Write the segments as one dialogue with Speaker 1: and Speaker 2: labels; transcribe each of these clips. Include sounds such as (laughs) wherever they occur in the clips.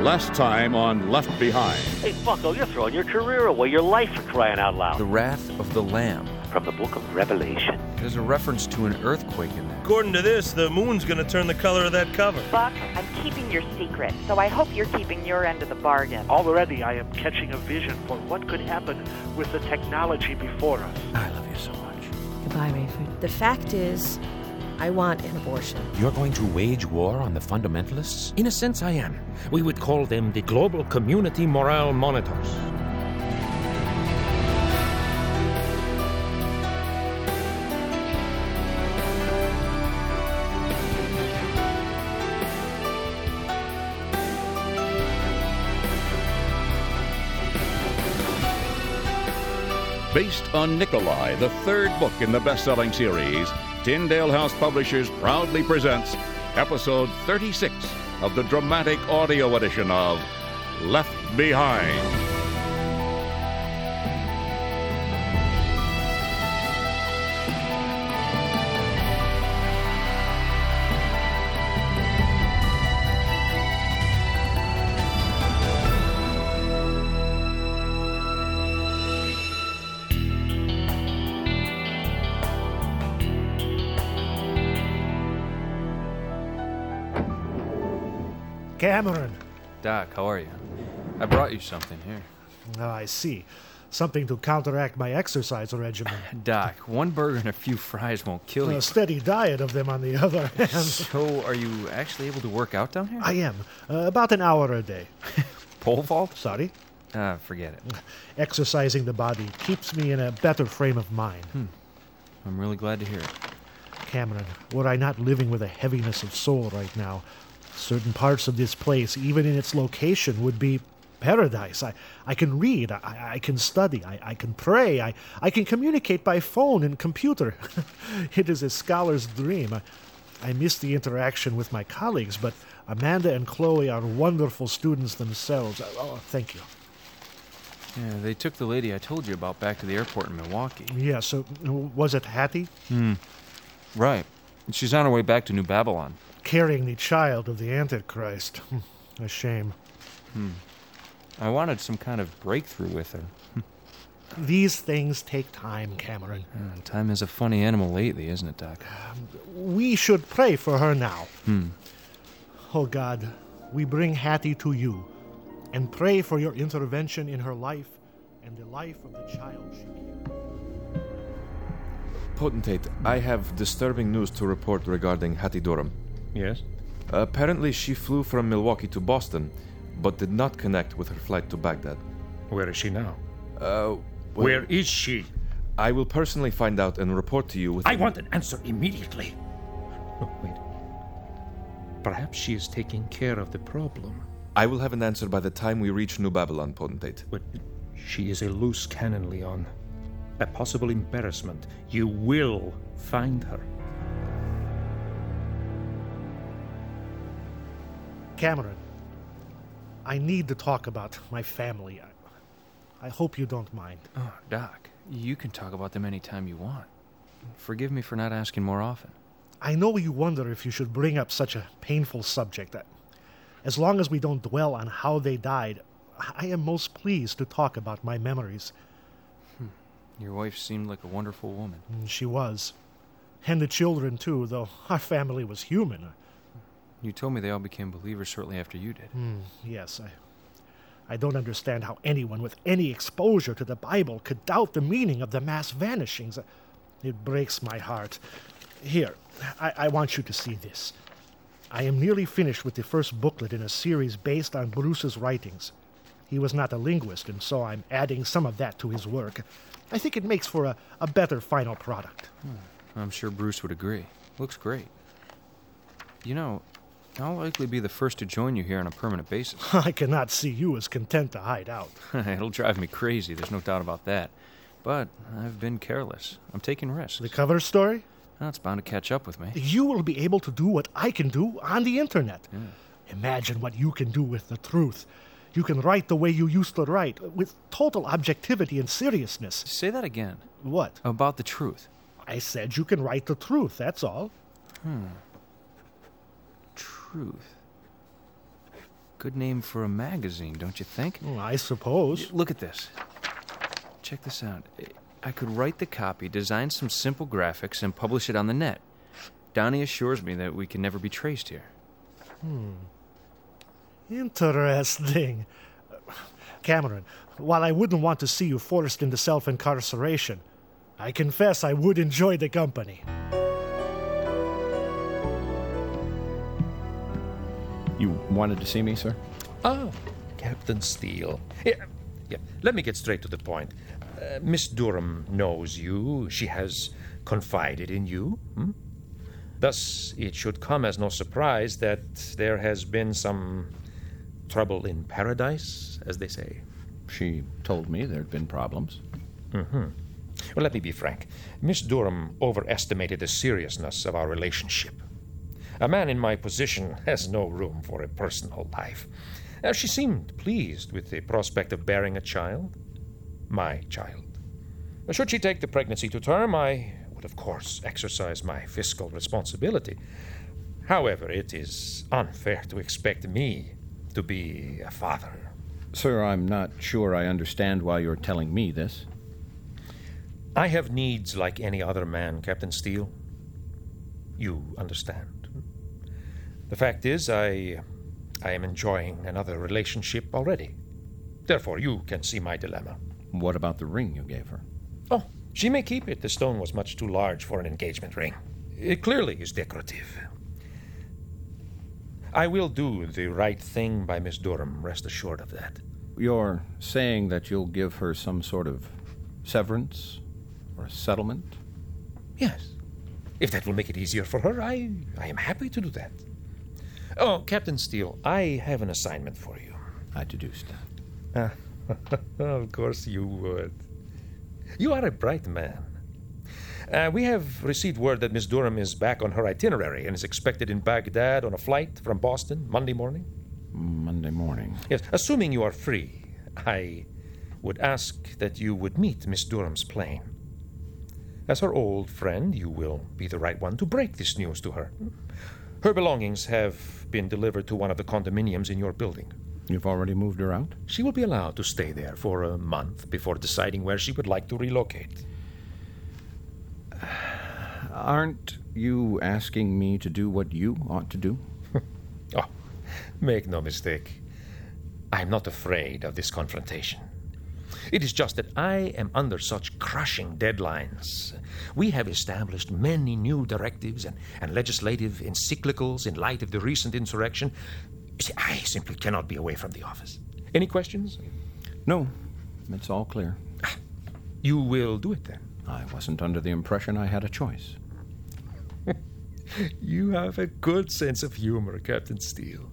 Speaker 1: Last time on Left Behind.
Speaker 2: Hey, Bucko, you're throwing your career away, your life for crying out
Speaker 3: The
Speaker 4: Oh.
Speaker 2: loud.
Speaker 3: Wrath of the Lamb.
Speaker 2: From the book of Revelation.
Speaker 3: There's a reference to an earthquake in there.
Speaker 5: According to this, the moon's going to turn the color of that cover.
Speaker 6: Buck, I'm keeping your secret, so I hope you're keeping your end of the bargain.
Speaker 7: Already I am catching a vision for what could happen with the technology before us.
Speaker 3: I love you so much.
Speaker 8: Goodbye, Rayford.
Speaker 9: The fact is, I want an abortion.
Speaker 10: You're going to wage war on the fundamentalists? In a sense, I am. We would call them the Global Community Morale Monitors.
Speaker 1: Based on Nikolai, the third book in the best selling series, Tyndale House Publishers proudly presents episode 36 of the dramatic audio edition of Left Behind.
Speaker 7: Cameron!
Speaker 3: Doc, how are you? I brought you something here.
Speaker 7: Ah, I see. Something to counteract my exercise regimen.
Speaker 3: Doc, one burger and a few fries won't kill you.
Speaker 7: a steady diet of them on the (laughs) other hand.
Speaker 3: So, are you actually able to work out down here?
Speaker 7: I am. Uh, about an hour a day.
Speaker 3: Pole vault?
Speaker 7: Sorry.
Speaker 3: Ah, forget it.
Speaker 7: Exercising the body keeps me in a better frame of mind.
Speaker 3: I'm really glad to hear it.
Speaker 7: Cameron, were I not living with a heaviness of soul right now, certain parts of this place, even in its location, would be paradise. I, I can read, I, I can study, I, I can pray, I, I can communicate by phone and computer. (laughs) it is a scholar's dream. I, I miss the interaction with my colleagues, but Amanda and Chloe are wonderful students themselves. Oh, thank you.
Speaker 3: Yeah, they took the lady I told you about back to the airport in Milwaukee.
Speaker 7: Yeah, so was it Hattie?
Speaker 3: Right. She's on her way back to New Babylon.
Speaker 7: Carrying the child of the Antichrist. (laughs) a shame.
Speaker 3: I wanted some kind of breakthrough with her.
Speaker 7: These things take time, Cameron.
Speaker 3: Uh, Time is a funny animal lately, isn't it, Doc?
Speaker 7: We should pray for her now. Oh God, we bring Hattie to you and pray for your intervention in her life and the life of the child she carries.
Speaker 11: Potentate, I have disturbing news to report regarding Hattie Durham.
Speaker 10: Yes?
Speaker 11: Apparently, she flew from Milwaukee to Boston, but did not connect with her flight to Baghdad.
Speaker 10: Where is she now?
Speaker 11: Uh, well,
Speaker 10: Where is she?
Speaker 11: I will personally find out and report to you with.
Speaker 10: I want an answer immediately. Oh, wait. Perhaps she is taking care of the problem.
Speaker 11: I will have an answer by the time we reach New Babylon, Potentate.
Speaker 10: But she is a loose cannon, Leon. A possible embarrassment. You will find her.
Speaker 7: Cameron, I need to talk about my family. I, I hope you don't mind.
Speaker 3: Oh, Doc, you can talk about them anytime you want. Forgive me for not asking more often.
Speaker 7: I know you wonder if you should bring up such a painful subject. I- As long as we don't dwell on how they died, I am most pleased to talk about my memories.
Speaker 3: Hmm. Your wife seemed like a wonderful woman.
Speaker 7: Mm, She was. And the children, too, though our family was human.
Speaker 3: You told me they all became believers shortly after you did.
Speaker 7: Yes, I. I don't understand how anyone with any exposure to the Bible could doubt the meaning of the mass vanishings. It breaks my heart. Here, I, I want you to see this. I am nearly finished with the first booklet in a series based on Bruce's writings. He was not a linguist, and so I'm adding some of that to his work. I think it makes for a, a better final product.
Speaker 3: I'm sure Bruce would agree. Looks great. You know, I'll likely be the first to join you here on a permanent basis.
Speaker 7: (laughs) I cannot see you as content to hide out.
Speaker 3: (laughs) It'll drive me crazy, there's no doubt about that. But I've been careless. I'm taking risks.
Speaker 7: The cover story?
Speaker 3: Now it's bound to catch up with me.
Speaker 7: you will be able to do what I can do on the internet. Imagine what you can do with the truth. You can write the way you used to write, with total objectivity and seriousness.
Speaker 3: Say that again.
Speaker 7: What?
Speaker 3: About the truth.
Speaker 7: I said you can write the truth, that's
Speaker 3: Hmm.
Speaker 7: all.
Speaker 3: Truth. Good name for a magazine, don't you think?
Speaker 7: Well, I suppose.
Speaker 3: Look at this. Check this out. I could write the copy, design some simple graphics, and publish it on the net. Donnie assures me that we can never be traced here.
Speaker 7: Interesting. Cameron, while I wouldn't want to see you forced into self incarceration, I confess I would enjoy the company.
Speaker 8: You wanted to see me, sir?
Speaker 10: Ah, Captain Steele. Yeah, yeah. Let me get straight to the point. Uh, Miss Durham knows you. She has confided in you. hmm? Thus, it should come as no surprise that there has been some trouble in paradise, as they say.
Speaker 8: She told me there'd been problems.
Speaker 10: Well, let me be frank. Miss Durham overestimated the seriousness of our relationship. A man in my position has no room for a personal life. Uh, she seemed pleased with the prospect of bearing a child. My child. Should she take the pregnancy to term, I would, of course, exercise my fiscal responsibility. However, it is unfair to expect me to be a father.
Speaker 8: Sir, I'm not sure I understand why you're telling me this.
Speaker 10: I have needs like any other man, Captain Steele. You understand. The fact is, I. I am enjoying another relationship already. Therefore, you can see my dilemma.
Speaker 8: What about the ring you gave her?
Speaker 10: Oh, she may keep it. The stone was much too large for an engagement ring. It clearly is decorative. I will do the right thing by Miss Durham, rest assured of that.
Speaker 8: You're saying that you'll give her some sort of severance or a settlement?
Speaker 10: Yes. If that will make it easier for her, I, I am happy to do that. Oh, Captain Steele, I have an assignment for you.
Speaker 8: I deduced that.
Speaker 10: (laughs) of course you would. You are a bright man. Uh, we have received word that Miss Durham is back on her itinerary and is expected in Baghdad on a flight from Boston Monday morning.
Speaker 8: Monday morning.
Speaker 10: Yes, assuming you are free, I would ask that you would meet Miss Durham's plane. As her old friend, you will be the right one to break this news to her. Her belongings have been delivered to one of the condominiums in your building.
Speaker 8: You've already moved her out?
Speaker 10: She will be allowed to stay there for a month before deciding where she would like to relocate.
Speaker 8: Aren't you asking me to do what you ought to do?
Speaker 10: Oh, make no mistake. I'm not afraid of this confrontation. It is just that I am under such crushing deadlines. We have established many new directives and, and legislative encyclicals in light of the recent insurrection. You see, I simply cannot be away from the office. Any questions?
Speaker 8: No, it's all clear.
Speaker 10: You will do it then.
Speaker 8: I wasn't under the impression I had a choice.
Speaker 10: You have a good sense of humor, Captain Steele.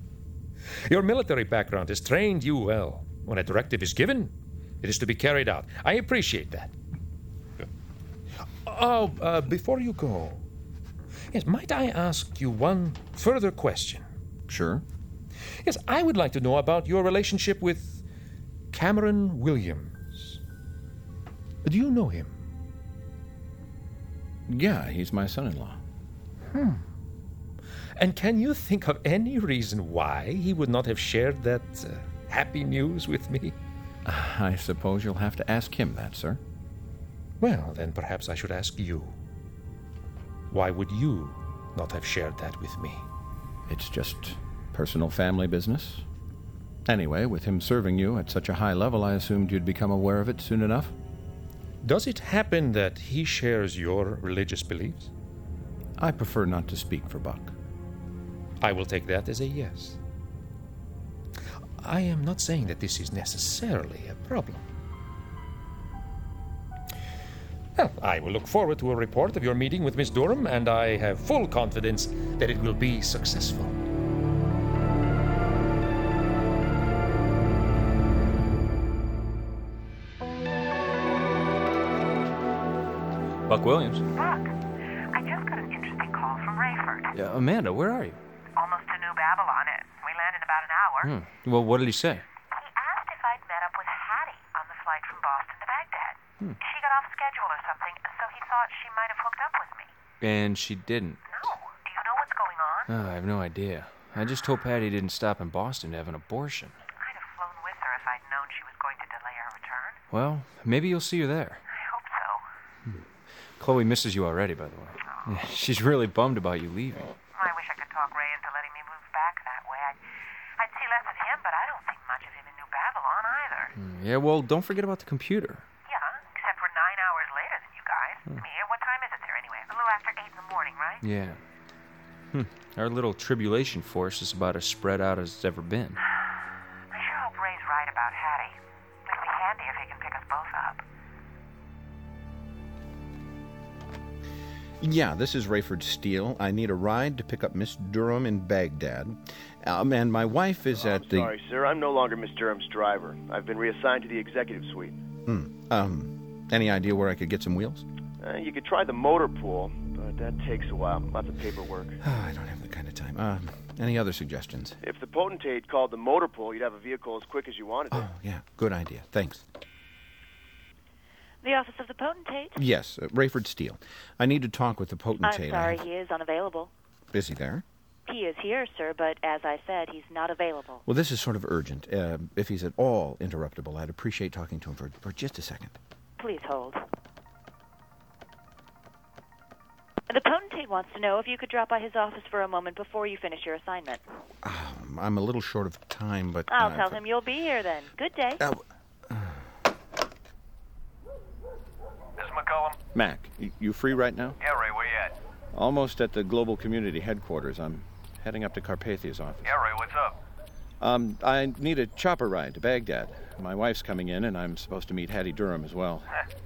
Speaker 10: Your military background has trained you well. When a directive is given, it is to be carried out. I appreciate that. Oh, uh, before you go, yes, might I ask you one further question?
Speaker 8: Sure.
Speaker 10: Yes, I would like to know about your relationship with Cameron Williams. Do you know him?
Speaker 8: Yeah, he's my son in law.
Speaker 10: And can you think of any reason why he would not have shared that uh, happy news with me?
Speaker 8: I suppose you'll have to ask him that, sir.
Speaker 10: Well, then perhaps I should ask you. Why would you not have shared that with me?
Speaker 8: It's just personal family business. Anyway, with him serving you at such a high level, I assumed you'd become aware of it soon enough.
Speaker 10: Does it happen that he shares your religious beliefs?
Speaker 8: I prefer not to speak for Buck.
Speaker 10: I will take that as a yes. I am not saying that this is necessarily a problem. Well, I will look forward to a report of your meeting with Miss Durham, and I have full confidence that it will be successful.
Speaker 3: Buck Williams.
Speaker 6: Buck, I just got an interesting call from Rayford.
Speaker 3: Yeah, Amanda, where are you?
Speaker 6: Almost to New Babylon. It. We land in about an hour.
Speaker 3: Hmm. Well, what did he say?
Speaker 6: He asked if I'd met up with Hattie on the flight from Boston to Baghdad.
Speaker 3: Hmm.
Speaker 6: She got off schedule or something, so he thought she might have hooked up with me.
Speaker 3: And she didn't.
Speaker 6: No. Do you know what's going on?
Speaker 3: Ah, I have no idea. I just told Patty didn't stop in Boston to have an abortion.
Speaker 6: I'd have flown with her if I'd known she was going to delay her return.
Speaker 3: Well, maybe you'll see her there.
Speaker 6: I hope so.
Speaker 3: Chloe misses you already, by the way. Yeah, she's really bummed about you leaving.
Speaker 6: I wish I could talk Ray into letting me move back that way. I'd, I'd see less of him, but I don't think much of him in New Babylon either.
Speaker 3: Mm, Yeah, well, don't forget about the computer.
Speaker 6: Yeah, except we're nine hours later than you guys. I mean, what time is it there anyway? A little after 8 in the morning, right?
Speaker 3: Yeah. Hmm. Our little tribulation force is about as spread out as it's ever been.
Speaker 6: I sure hope Ray's right about Hattie. It'd be handy if he can pick us both up.
Speaker 12: Yeah, this is Rayford Steele. I need a ride to pick up Miss Durham in Baghdad. Um, and my wife is at the.
Speaker 13: Sorry, sir, I'm no longer Miss Durham's driver. I've been reassigned to the executive suite.
Speaker 12: Hmm, um, any idea where I could get some wheels?
Speaker 13: Uh, you could try the motor pool, but that takes a while. Lots of paperwork.
Speaker 12: (sighs) I don't have the kind of time. Um, any other suggestions?
Speaker 13: If the potentate called the motor pool, you'd have a vehicle as quick as you wanted it.
Speaker 12: Oh, Yeah, good idea. Thanks.
Speaker 14: The office of the potentate.
Speaker 12: Yes, uh, Rayford Steele. I need to talk with the
Speaker 14: I'm
Speaker 12: potentate.
Speaker 14: sorry,
Speaker 12: I-
Speaker 14: he is unavailable.
Speaker 12: Is he there?
Speaker 14: He is here, sir, but as I said, he's not available.
Speaker 12: Well, this is sort of urgent. Uh, if he's at all interruptible, I'd appreciate talking to him for, for just a second.
Speaker 14: Please hold. The potentate wants to know if you could drop by his office for a moment before you finish your assignment.
Speaker 12: Um, I'm a little short of time, but.
Speaker 14: I'll
Speaker 12: uh,
Speaker 14: tell him eh? you'll be here then. Good day.
Speaker 12: Uh,
Speaker 15: This is McCollum.
Speaker 8: Mac, y- you free right now?
Speaker 15: Yeah, Ray, where you at?
Speaker 8: Almost at the Global Community Headquarters. I'm heading up to Carpathia's office.
Speaker 15: Yeah, Ray, what's up?
Speaker 8: Um, I need a chopper ride to Baghdad. My wife's coming in, and I'm supposed to meet Hattie Durham as well.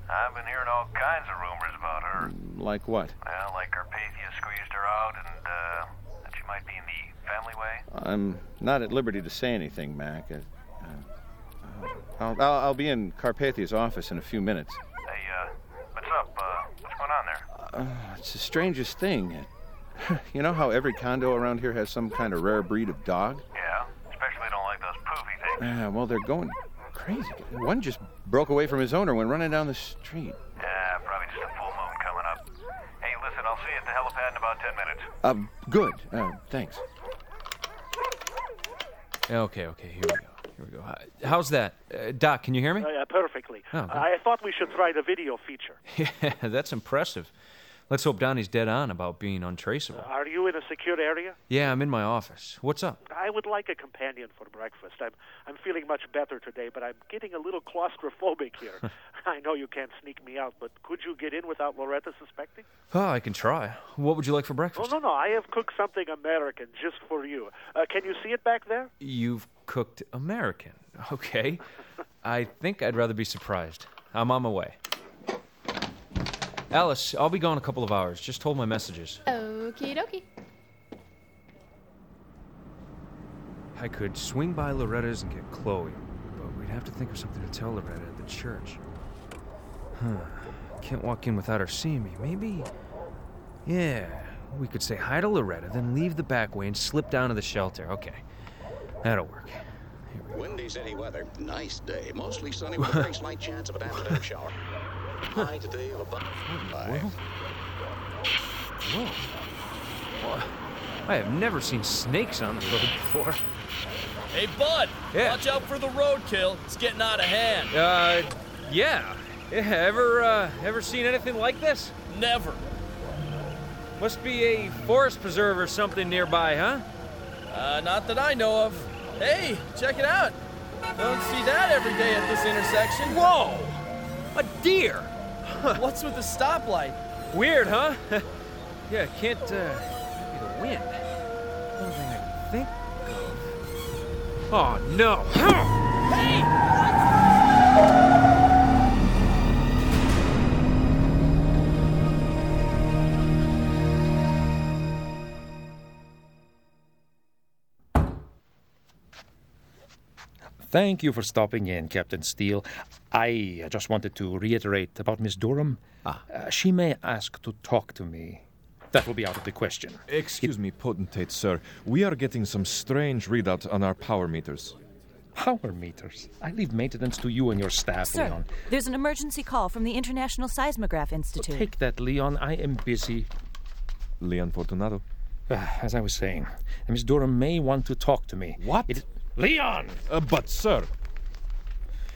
Speaker 15: I've been hearing all kinds of rumors about her.
Speaker 8: Like what?
Speaker 15: Well, like Carpathia squeezed her out and uh, that she might be in the family way.
Speaker 8: I'm not at liberty to say anything, Mac. Uh, uh, I'll, I'll, I'll be in Carpathia's office in a few minutes.
Speaker 15: Hey, uh, what's up? Uh, what's going on there?
Speaker 8: Uh, it's the strangest thing. (laughs) you know how every condo around here has some kind of rare breed of dog?
Speaker 15: Yeah, especially don't like those poofy things.
Speaker 8: Yeah, well, they're going crazy. One just broke away from his owner when running down the street.
Speaker 15: Yeah, probably just a full moon coming up. Hey, listen, I'll see you at the helipad in about 10 minutes.
Speaker 8: Uh, good. Uh, thanks.
Speaker 3: Okay, okay, here we go. Here we go. Hi- How's that? Uh, Doc, can you hear me?
Speaker 4: Uh, yeah, perfectly.
Speaker 3: Oh, good.
Speaker 4: I thought we should try the video feature.
Speaker 3: (laughs) Yeah, that's impressive. Let's hope Donnie's dead on about being untraceable.
Speaker 4: Are you in a secure area?
Speaker 3: Yeah, I'm in my office. What's up?
Speaker 4: I would like a companion for breakfast. I'm I'm feeling much better today, but I'm getting a little claustrophobic here. I know you can't sneak me out, but could you get in without Loretta suspecting?
Speaker 3: Oh, I can try. What would you like for breakfast?
Speaker 4: Oh no, no. I have cooked something American just for you. Uh, can you see it back there?
Speaker 3: You've cooked American. (laughs) Okay. I think I'd rather be surprised. I'm on my way. Alice, I'll be gone a couple of hours. Just hold my messages.
Speaker 16: Okie dokie.
Speaker 3: I could swing by Loretta's and get Chloe, but we'd have to think of something to tell Loretta at the church. Huh. Can't walk in without her seeing me. Maybe. Yeah, we could say hi to Loretta, then leave the back way and slip down to the shelter. Okay. That'll work.
Speaker 17: Windy city weather. Nice day. Mostly sunny with
Speaker 1: (laughs)
Speaker 17: a very slight chance of an afternoon shower. High today of about five.
Speaker 3: Whoa. Wha- I have never seen snakes on the road before.
Speaker 18: Hey, bud! Watch out for the roadkill. It's getting out of hand.
Speaker 3: Uh, yeah. Yeah, ever, uh, ever seen anything like this?
Speaker 18: Never.
Speaker 3: Must be a forest preserve or something nearby, huh?
Speaker 18: Uh, not that I know of. Hey, check it out. Don't see that every day at this intersection. Whoa! A deer! What's with the stoplight?
Speaker 3: Weird, huh? yeah, can't, uh, can't be the wind. Only thing I can think of. Oh, no.
Speaker 10: Thank you for stopping in, Captain Steele. I just wanted to reiterate about Miss Durham. Ah. she may ask to talk to me. That will be out of the question.
Speaker 11: Excuse me, potentate, sir. We are getting some strange readout on our power meters.
Speaker 10: Power meters? I leave maintenance to you and your staff,
Speaker 19: Sir,
Speaker 10: Leon.
Speaker 19: there's an emergency call from the International Seismograph Institute.
Speaker 10: Take that, Leon. I am busy.
Speaker 11: Leon Fortunato.
Speaker 10: Uh,
Speaker 18: As I was saying, Miss Durham may want to talk to me. What? Leon! Uh, but, sir.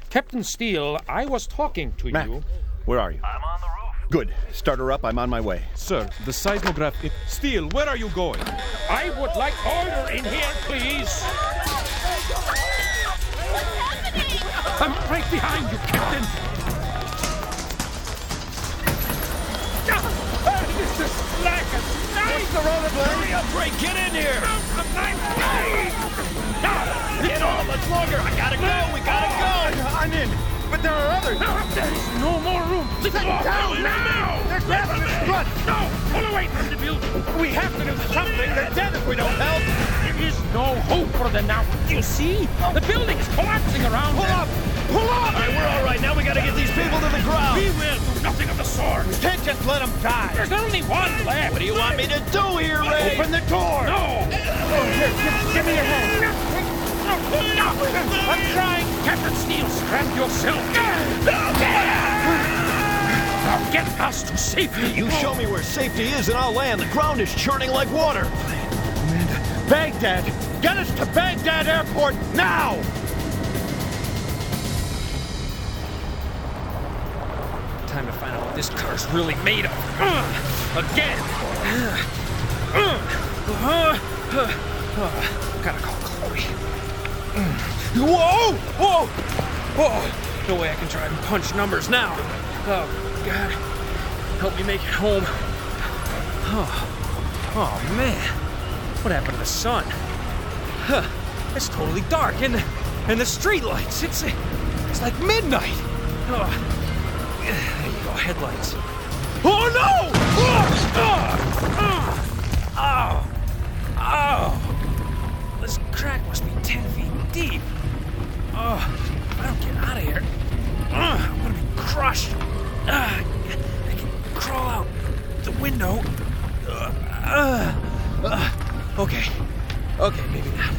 Speaker 18: Captain Steele, I was talking to
Speaker 8: Mac.
Speaker 18: you.
Speaker 8: Where are you? I'm on the roof. Good. Start her up. I'm on my way.
Speaker 20: Sir, the seismograph. It... Steele, where are you going?
Speaker 18: I would like order in here, please. I'm right behind you, Captain. This is like a knife. the rotor Hurry up, Ray. Get in here. It's all much longer. I gotta go. We gotta go. I'm in. But there are others. No, there's no more room. Sit down now. They're grabbing the strut. No, pull away from the building. We have to do something. They're dead if we don't help. There is no hope for them now. You see? The building is collapsing around. Pull up. Pull up. All right, we're all right. Now we gotta get these people to the ground. We will do nothing of the sort. We can't just let them die. There's only one left. What do you want me to do here, Ray? Open the door. No. Oh, here, give, give me your hand. I'm trying, Captain Steele. Strap yourself. Now get us to safety.
Speaker 16: You show me where safety is, and I'll land. The ground is churning like water. Baghdad! Get us to Baghdad Airport now!
Speaker 18: Time to find out what this car's really made of. Ugh, again. Ugh, ugh, ugh, ugh. Gotta call Chloe. Mm. Whoa! Whoa! Whoa! No way I can try and punch numbers now. Oh God! Help me make it home. Oh, oh man! What happened to the sun? Huh? It's totally dark, and and the street lights. It's uh, it's like midnight. Oh. There you go, headlights. Oh no! Oh, oh, oh. This crack must be 10 feet deep. Oh, if I don't get out of here, Ugh, I'm gonna be crushed. Ugh, I can crawl out the window. Ugh, ugh, ugh. okay, okay, maybe not.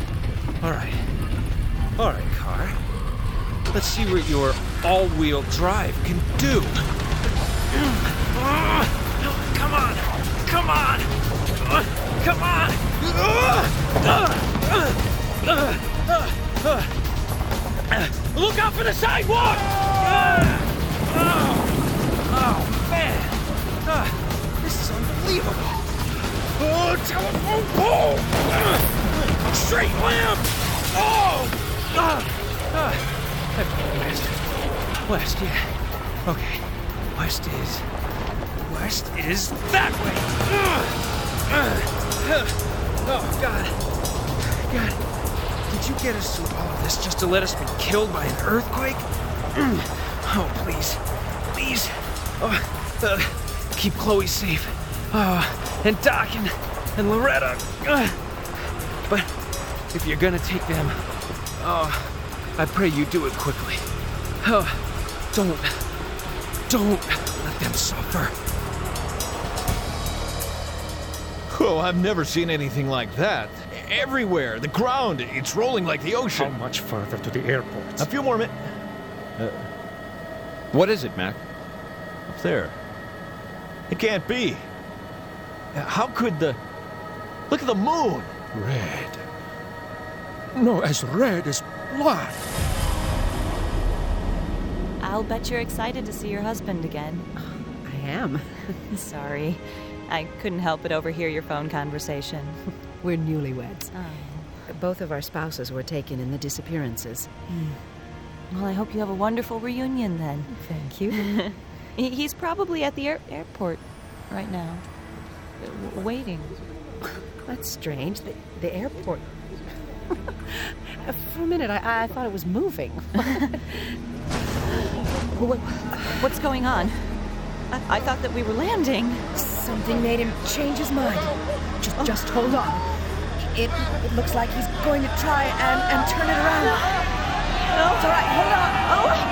Speaker 18: All right, all right, car. Let's see what your all-wheel drive can do. Ugh, Come on, come on, Ugh, come on. Ugh, ugh, ugh, ugh, ugh, ugh. Uh, Look out for the sidewalk! Ugh, Oh, oh, man, Ugh, this is unbelievable. Oh, telephone pole! Ugh, Straight lamp! Oh! Ugh, ugh. West. ah. West, yeah. Okay. West is. West is that way! Ugh. Ugh. Ugh. Oh, God. God. Did you get us through all of this just to let us be killed by an earthquake? Mm. Oh, please. Please. Oh, uh, keep Chloe safe. Oh, and Doc and, and Loretta. Ugh. But if you're gonna take them, oh, I pray you do it quickly. Oh, don't. Don't let them suffer.
Speaker 16: Oh, I've never seen anything like that. Everywhere, the ground, it's rolling like the ocean. How
Speaker 18: much further to the airport?
Speaker 16: A few more Uh, minutes.
Speaker 21: What is it, Mac?
Speaker 16: Up there. It can't be. How could the. Look at the moon!
Speaker 18: Red. No, as red as blood.
Speaker 19: I'll bet you're excited to see your
Speaker 9: (sighs)
Speaker 19: husband again.
Speaker 9: (laughs)
Speaker 14: I am.
Speaker 19: Sorry. I couldn't help but overhear your phone conversation.
Speaker 14: We're newlyweds. Both of our spouses were taken in the disappearances.
Speaker 19: Well, I hope you have a wonderful reunion then.
Speaker 14: Thank you.
Speaker 19: (laughs) He- He's probably at the air- airport right now, w- waiting.
Speaker 14: That's strange. The, the airport. (laughs) For a minute, I, I thought it was moving.
Speaker 19: What, what's going on? I, I thought that we were landing.
Speaker 14: Something made him change his mind. Just, just hold on. It, it looks like he's going to try and, and turn it around. No. It's all right. Hold on. Oh.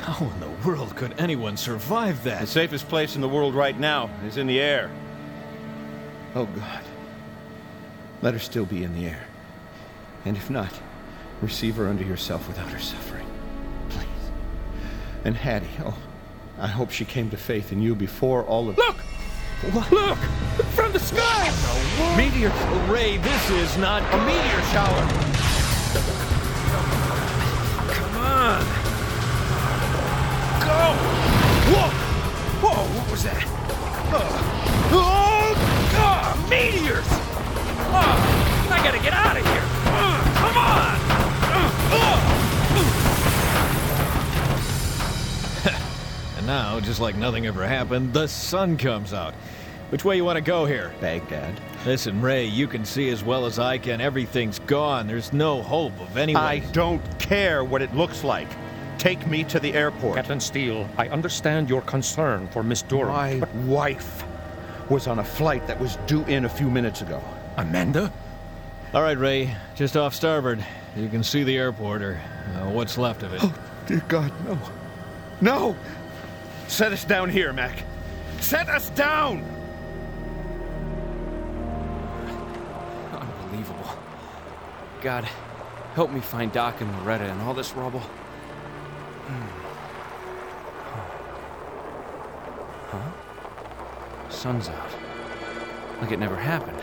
Speaker 16: How in the world could anyone survive
Speaker 21: The
Speaker 16: that?
Speaker 21: safest place in the world right now is in the air.
Speaker 8: Oh, God. Let her still be in the air. And if not, receive her unto yourself without her suffering. Please. And Hattie, oh, I hope she came to faith in you before all of.
Speaker 16: Look! Look! From the sky! Meteor Ray, this is not a meteor shower!
Speaker 18: Come on!
Speaker 16: Go! Whoa! Whoa, what was that? Uh, oh! ah, meteors! Ah, I gotta get out of here! Ah, come on! Ah, Uh, (laughs) And now, just like nothing ever happened, the sun comes out. Which way you want to go here?
Speaker 8: Baghdad.
Speaker 16: Listen, Ray, you can see as well as I can. Everything's gone. There's no hope of anyone.
Speaker 8: I don't care what it looks like. Take me to the airport.
Speaker 10: Captain Steele, I understand your concern for Miss Durham.
Speaker 8: My wife was on a flight that was due in a few minutes ago.
Speaker 16: Amanda? All right, Ray, just off starboard. You can see the airport or uh, what's left of it.
Speaker 8: Dear God, no. No! Set us down here, Mac. Set us down!
Speaker 18: Unbelievable. God, help me find Doc and Loretta and all this rubble. Hmm. Huh? Sun's out. Like it never happened.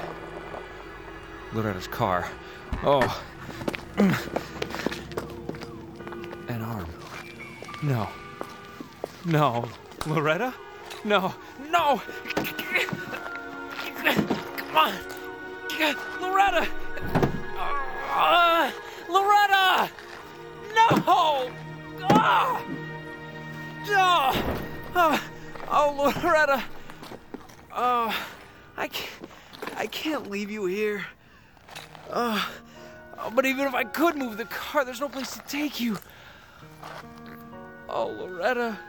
Speaker 18: Loretta's car. Oh. (clears throat) An arm. No. No. Loretta? No. No! Come on! Loretta! Ah, Loretta! No! Ah! Oh! Oh, oh Loretta! Oh, I can't, I can't leave you here. Oh, oh, but even if I could move the car, there's no place to take you. Oh, Loretta.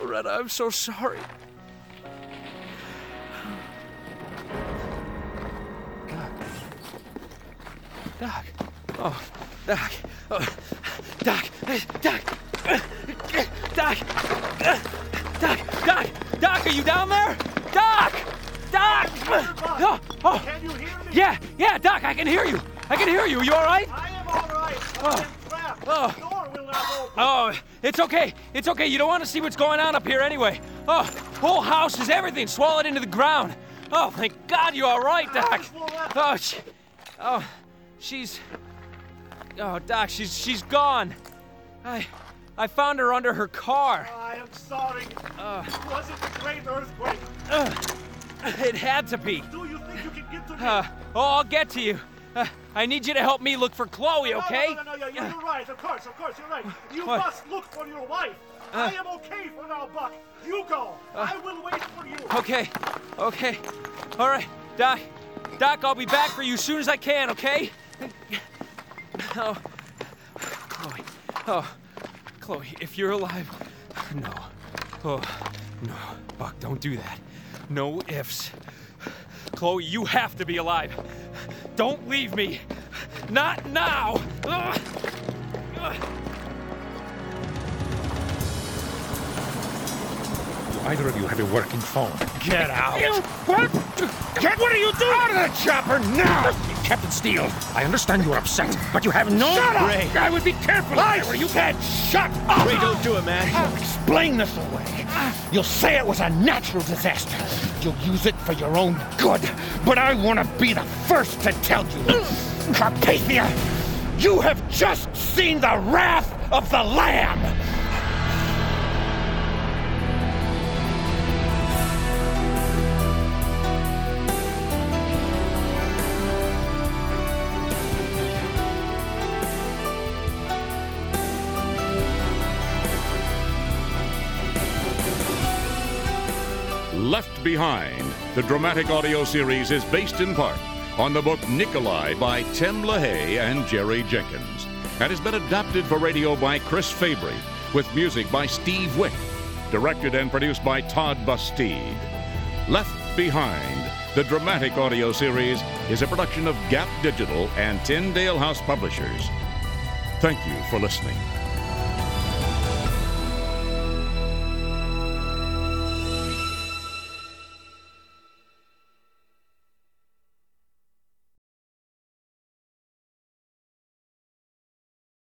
Speaker 18: Loretta, I'm so sorry. Doc. Oh, Doc. Oh, Doc. Doc. Doc. Doc. Doc. Doc, are you down there? Doc! Doc! Oh, oh. Can you hear me? Yeah, yeah, Doc, I can hear you. I can hear you. You all right? I am all right. Oh. Oh. Oh, it's okay. It's okay. You don't want to see what's going on up here anyway. Oh, whole house is everything swallowed into the ground. Oh, thank God you're all right, Doc. Oh, she, oh, she's. Oh, Doc, she's she's gone. I, I found her under her car.
Speaker 7: I am sorry. it wasn't a great earthquake.
Speaker 18: Ugh. It had to be.
Speaker 7: Do you think you can get to me?
Speaker 18: Uh, oh, I'll get to you. Uh, I need you to help me look for Chloe,
Speaker 7: Oh, No,
Speaker 18: okay?
Speaker 7: No, no, no, no, you're, you're right. Of course, of course, you're right. You
Speaker 18: What?
Speaker 7: must look for your wife. I am okay for now, Buck. You go. I will wait for you.
Speaker 18: Okay, okay. All right, Doc. Doc, I'll be back for you as soon as I can, okay? Oh, Chloe. Oh, Chloe, if you're alive. No. Oh, no. Buck, don't do that. No ifs. Chloe, you have to be alive. Don't leave me. Not now. Ugh.
Speaker 10: Do either of you have a working phone?
Speaker 16: Get out!
Speaker 10: What? Get, what are you doing? Out of the chopper now! Captain Steele, I understand you're upset, but you have no.
Speaker 16: Shut up! Ray.
Speaker 10: I would be careful.
Speaker 16: I
Speaker 10: if I were you can't shut
Speaker 16: up! Ray, don't do it, man.
Speaker 20: I'll explain this away. You'll say it was a natural disaster. You'll use it for your own good. But I want to be the first to tell you. Carpathia, you have just seen the wrath of the Lamb.
Speaker 1: Left Behind, the dramatic audio series, is based in part on the book Nikolai by Tim LaHaye and Jerry Jenkins and has been adapted for radio by Chris Fabry with music by Steve Wick, directed and produced by Todd Bastide. Left Behind, the dramatic audio series, is a production of Gap Digital and Tyndale House Publishers. Thank you for listening.